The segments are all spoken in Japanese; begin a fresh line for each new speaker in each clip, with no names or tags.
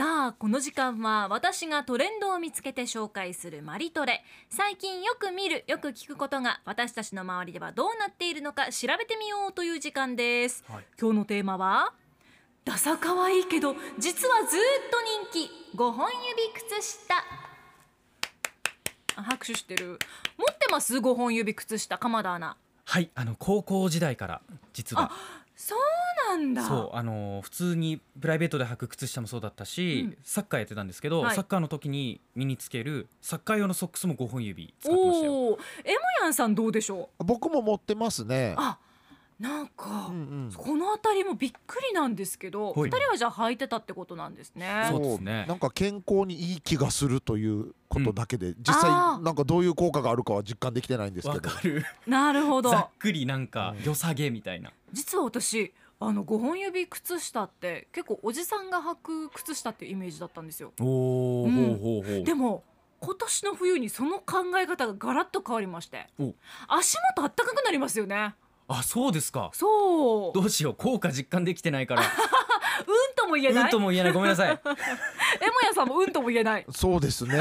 あこの時間は私がトレンドを見つけて紹介するマリトレ最近よく見るよく聞くことが私たちの周りではどうなっているのか調べてみようという時間です、
はい
今日のテーマはダサかわいいけど実はずーっと人気5本指靴下あ拍手してる持ってます5本指靴下鎌田アナ
はいあの高校時代から実は
そうなんだ
そうあの普通にプライベートで履く靴下もそうだったし、
うん
サッカーやってたんですけど、
はい
サッカーの時に身につけるサッカー用のソックスも5本指使ってましたよ
おおエモヤンさんどうでしょう
僕も持ってますね。
あなんか、
うんうん
この辺りもびっくりなんですけど、
は
二
い
人はじゃあ履いてたってことなんですね。
そうですね
なんか健康にいい気がするということだけで、実際
あー
なんかどういう効果があるかは実感できてないんですけ
わ
ど。
か る
なるほ
ざ
ど
っ。くりなんか
うん
良さげみたいな
実は私、あの五本指靴下って結構おじさんが履く靴下っていうイメージだったんですよ。
おお、
うん
ほうほうほう
でも今年の冬にその考え方がガラッと変わりまして
お、
足元あったかくなりますよね。
あそうですか
そう。
どうしよう効果実感できてないから
うんとも言え
う
なんい。
とも言えないごめん なさい
エモヤさんもうんとも言え ない。
そうで すね。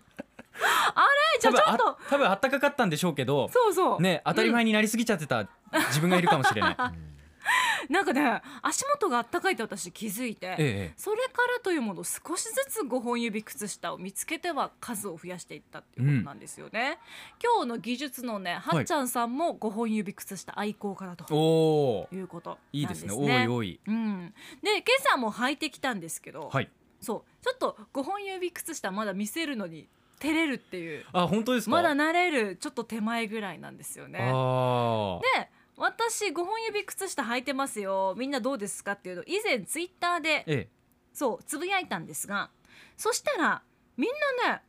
えじゃあちょっ
多分あ
と。
多分あったかかったんでしょうけど
そうそう、
ね当たり前になりすぎちゃってた自分がいるかも しれない、
なんかね足元があったかいって私気づいて、
ええ
それからというもの少しずつ5本指靴下を見つけては数を増やしていったっていうことなんですよね、今日の技術のね
い
はっちゃんさんも5本指靴下愛好家だと
おお
いうことなんですね
いいですねおいおい
うん、で今朝も履いてきたんですけど、
はい
そうちょっと5本指靴下まだ見せるのに照れるっていう
あ本当ですか
まだ慣れるちょっと手前ぐらいなんですよね
ああ
で私5本指靴下履いてますよみんなどうですかっていうのを以前ツイッターで
え
そうつぶやいたんですがそしたらみんなね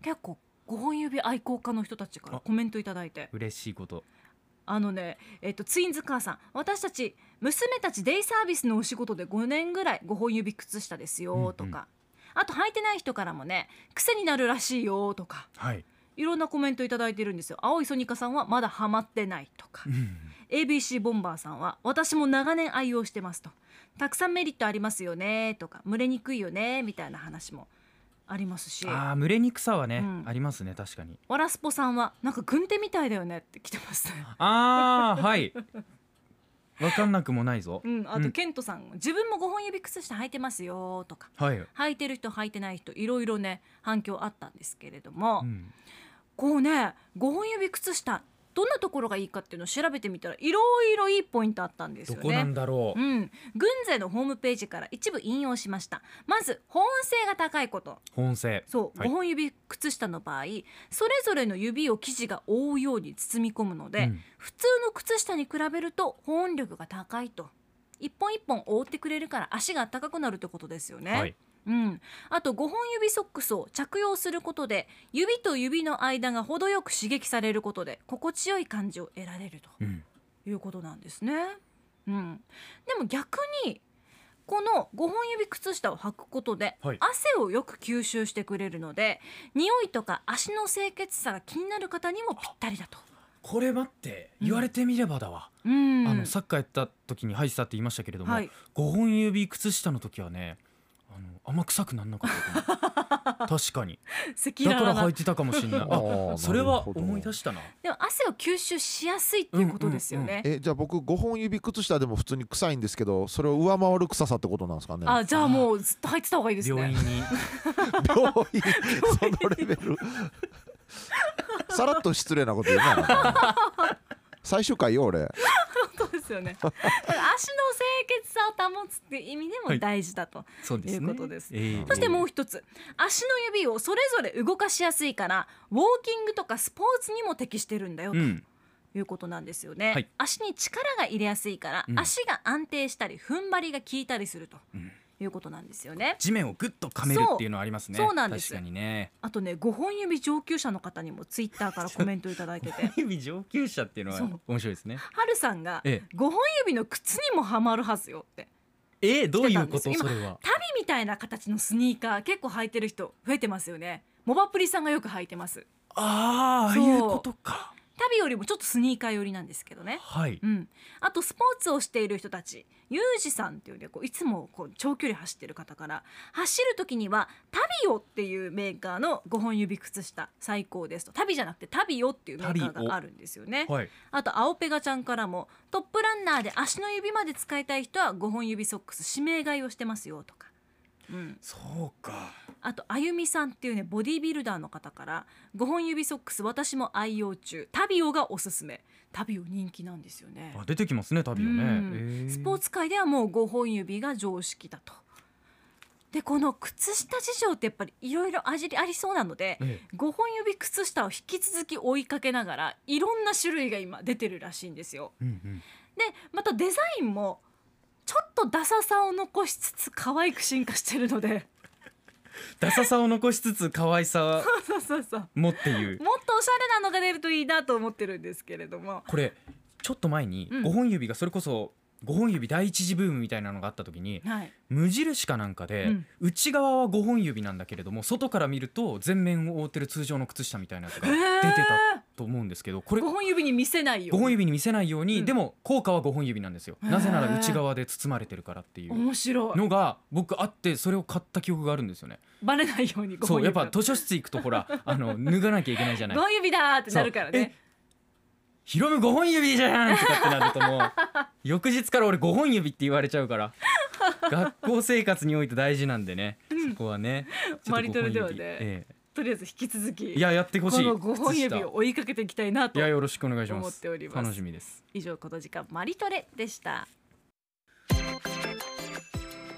結構5本指愛好家の人たちから
あ
コメントいただいて
嬉しいこと
あのね、えっと、ツインズ母さん私たち娘たちデイサービスのお仕事で5年ぐらい5本指靴下です
うんう
よ
ん
とか、あと履いてない人からもね癖になるらしいよとか
はい、
いろんなコメントいただいてるんですよ青いソニカさんはまだハマってないとか
う。ん
ABC ボンバーさんは私も長年愛用してますとたくさんメリットありますよねとか蒸れにくいよねみたいな話もありますし
ああ群れにくさはね、
うん
ありますね確 かに
わらすぽさんはなんか軍手みたいだよねって来てますね
ああはいわかんなくもないぞ、
うんあ
う
と
ん
ケントさん、自分も5本指靴下履いてますよとか
はい、
履いてる人履いてない人いろいろね反響あったんですけれども、
うん、
こうね5本指靴下どんなところがいいかっていうのを調べてみたらいろいろいいポイントあったんです
ど
よね。
こなんだろ
う
う、
ん、軍勢のホームページから一部引用しましたまず保温性が高いこと
本性
そう、
はい
5本指靴下の場合それぞれの指を生地が覆うように包み込むので、
うん
普通の靴下に比べると保温力が高いと一本一本覆ってくれるから足が暖かくなるってことですよね、
はい
うん、あと5本指ソックスを着用することで指と指の間が程よく刺激されることで心地よい感じを得られると
うん、
いうことなんですね。うん、でも逆にこの5本指靴下を履くことで、
はい
汗をよく吸収してくれるので匂いとか足の清潔さが気になる方にもぴったりだと。
これ待って言われてみればだわ、
うん、
あのサッカーやった時に入ってたって言いましたけれども、
はい、
5本指靴下の時はねあのあんま臭くなんなかったと 思う確かに
赤
だ
裸
から
々
履
ない
てたかもしれないあそれは思い出
し
したな
でも汗を吸収しやすいっていうことですよね。
えじゃあ僕5本指靴下でも普通に臭いんですけどそれを上回る臭さってことなんですかね
あじゃあもうずっと履いてた方がいいです
病院
ね。
に
病院そのレベ ルさらっと失礼なこと言う な最終回よ俺
そうですよね。 だから足の清潔さを保つっていう意味でも大事だと。
そうで
い
すね
うことです
えー
そしてもう一つ足の指をそれぞれ動かしやすいからウォーキングとかスポーツにも適してるんだよと
うん
いうことなんですよね、
はい
足に力が入れやすいから、
うん
足が安定したり踏ん張りが効いたりすると
うん
いうことなんですよね
地面をグッと噛めるっていうのはありますね
そうそうなんです
確かにね
あとね5本指上級者の方にもツイッターからコメントいただい てて
指上級者っていうのは
そう
面白いですね
はるさんが
え
5本指の靴にもハマるはずよって
えええどういうこ
してたん
と
です
それは
足袋みたいな形のスニーカー結構履いてる人増えてますよねモバプリさんがよく履いてます
ああああ
そう
いうことか
旅よりもちょっとスニーカー寄りなんですけどね。
はい。
うん、あとスポーツをしている人たちユージさんっていうねこういつもこう長距離走ってる方から走る時には「タビオ」っていうメーカーの5本指靴下最高ですと「旅じゃなくて「タビオ」っていうメーカーがあるんですよね。
はい。
あと青ペガちゃんからもトップランナーで足の指まで使いたい人は5本指ソックス指名買いをしてますよとか、うん、
そうか。
あとあゆみさんっていうねボディービルダーの方から5本指ソックス私も愛用中タビオがおすすめタビオ人気なんですよね
あ出てきますね旅をね。
うん
えー
スポーツ界ではもう5本指が常識だと。でこの靴下事情ってやっぱりいろいろありありそうなので、
え
5本指靴下を引き続き追いかけながらいろんな種類が今出てるらしいんですよ。
えうんうん。
でまたデザインもちょっとダサさを残しつつ可愛く進化してるので
ダサさを残しつつ可愛さ
そうそうそう
もっていう。
もっとおしゃ れなのが出るといいなと思ってるんですけれども
これちょっと前に
うん
五本指がそれこそ五本指第一次ブームみたいなのがあった時に
はい
無印かなんかで、
うん
内側は五本指なんだけれども外から見ると全面を覆ってる通常の靴下みたいなやつが出てたと思うんですけどこれ
5
五
本指に見せないように
本指に見せないように、
うん
でも効果は五本指なんですよ、
へー
なぜなら内側で包まれてるからっていう
面白い
のが僕あってそれを買った記憶があるんですよね
バレないように5
そ
本
う
指
やっぱ図書室行くとほらあの脱がなきゃいけないじゃない
5指だーってなるからね
ヒロム5本指じゃんとかってなるともう翌日から俺5本指って言われちゃうから 学校生活において大事なんでね、そこはねちょっと
マリトルではね
五本指え
とりあえず引き続き
えいややってほし
こ
い
の5本指
靴下
を追いかけていきたいないと
やよろしくお願いします
思っております
楽しみです
以上この時間マリトレでした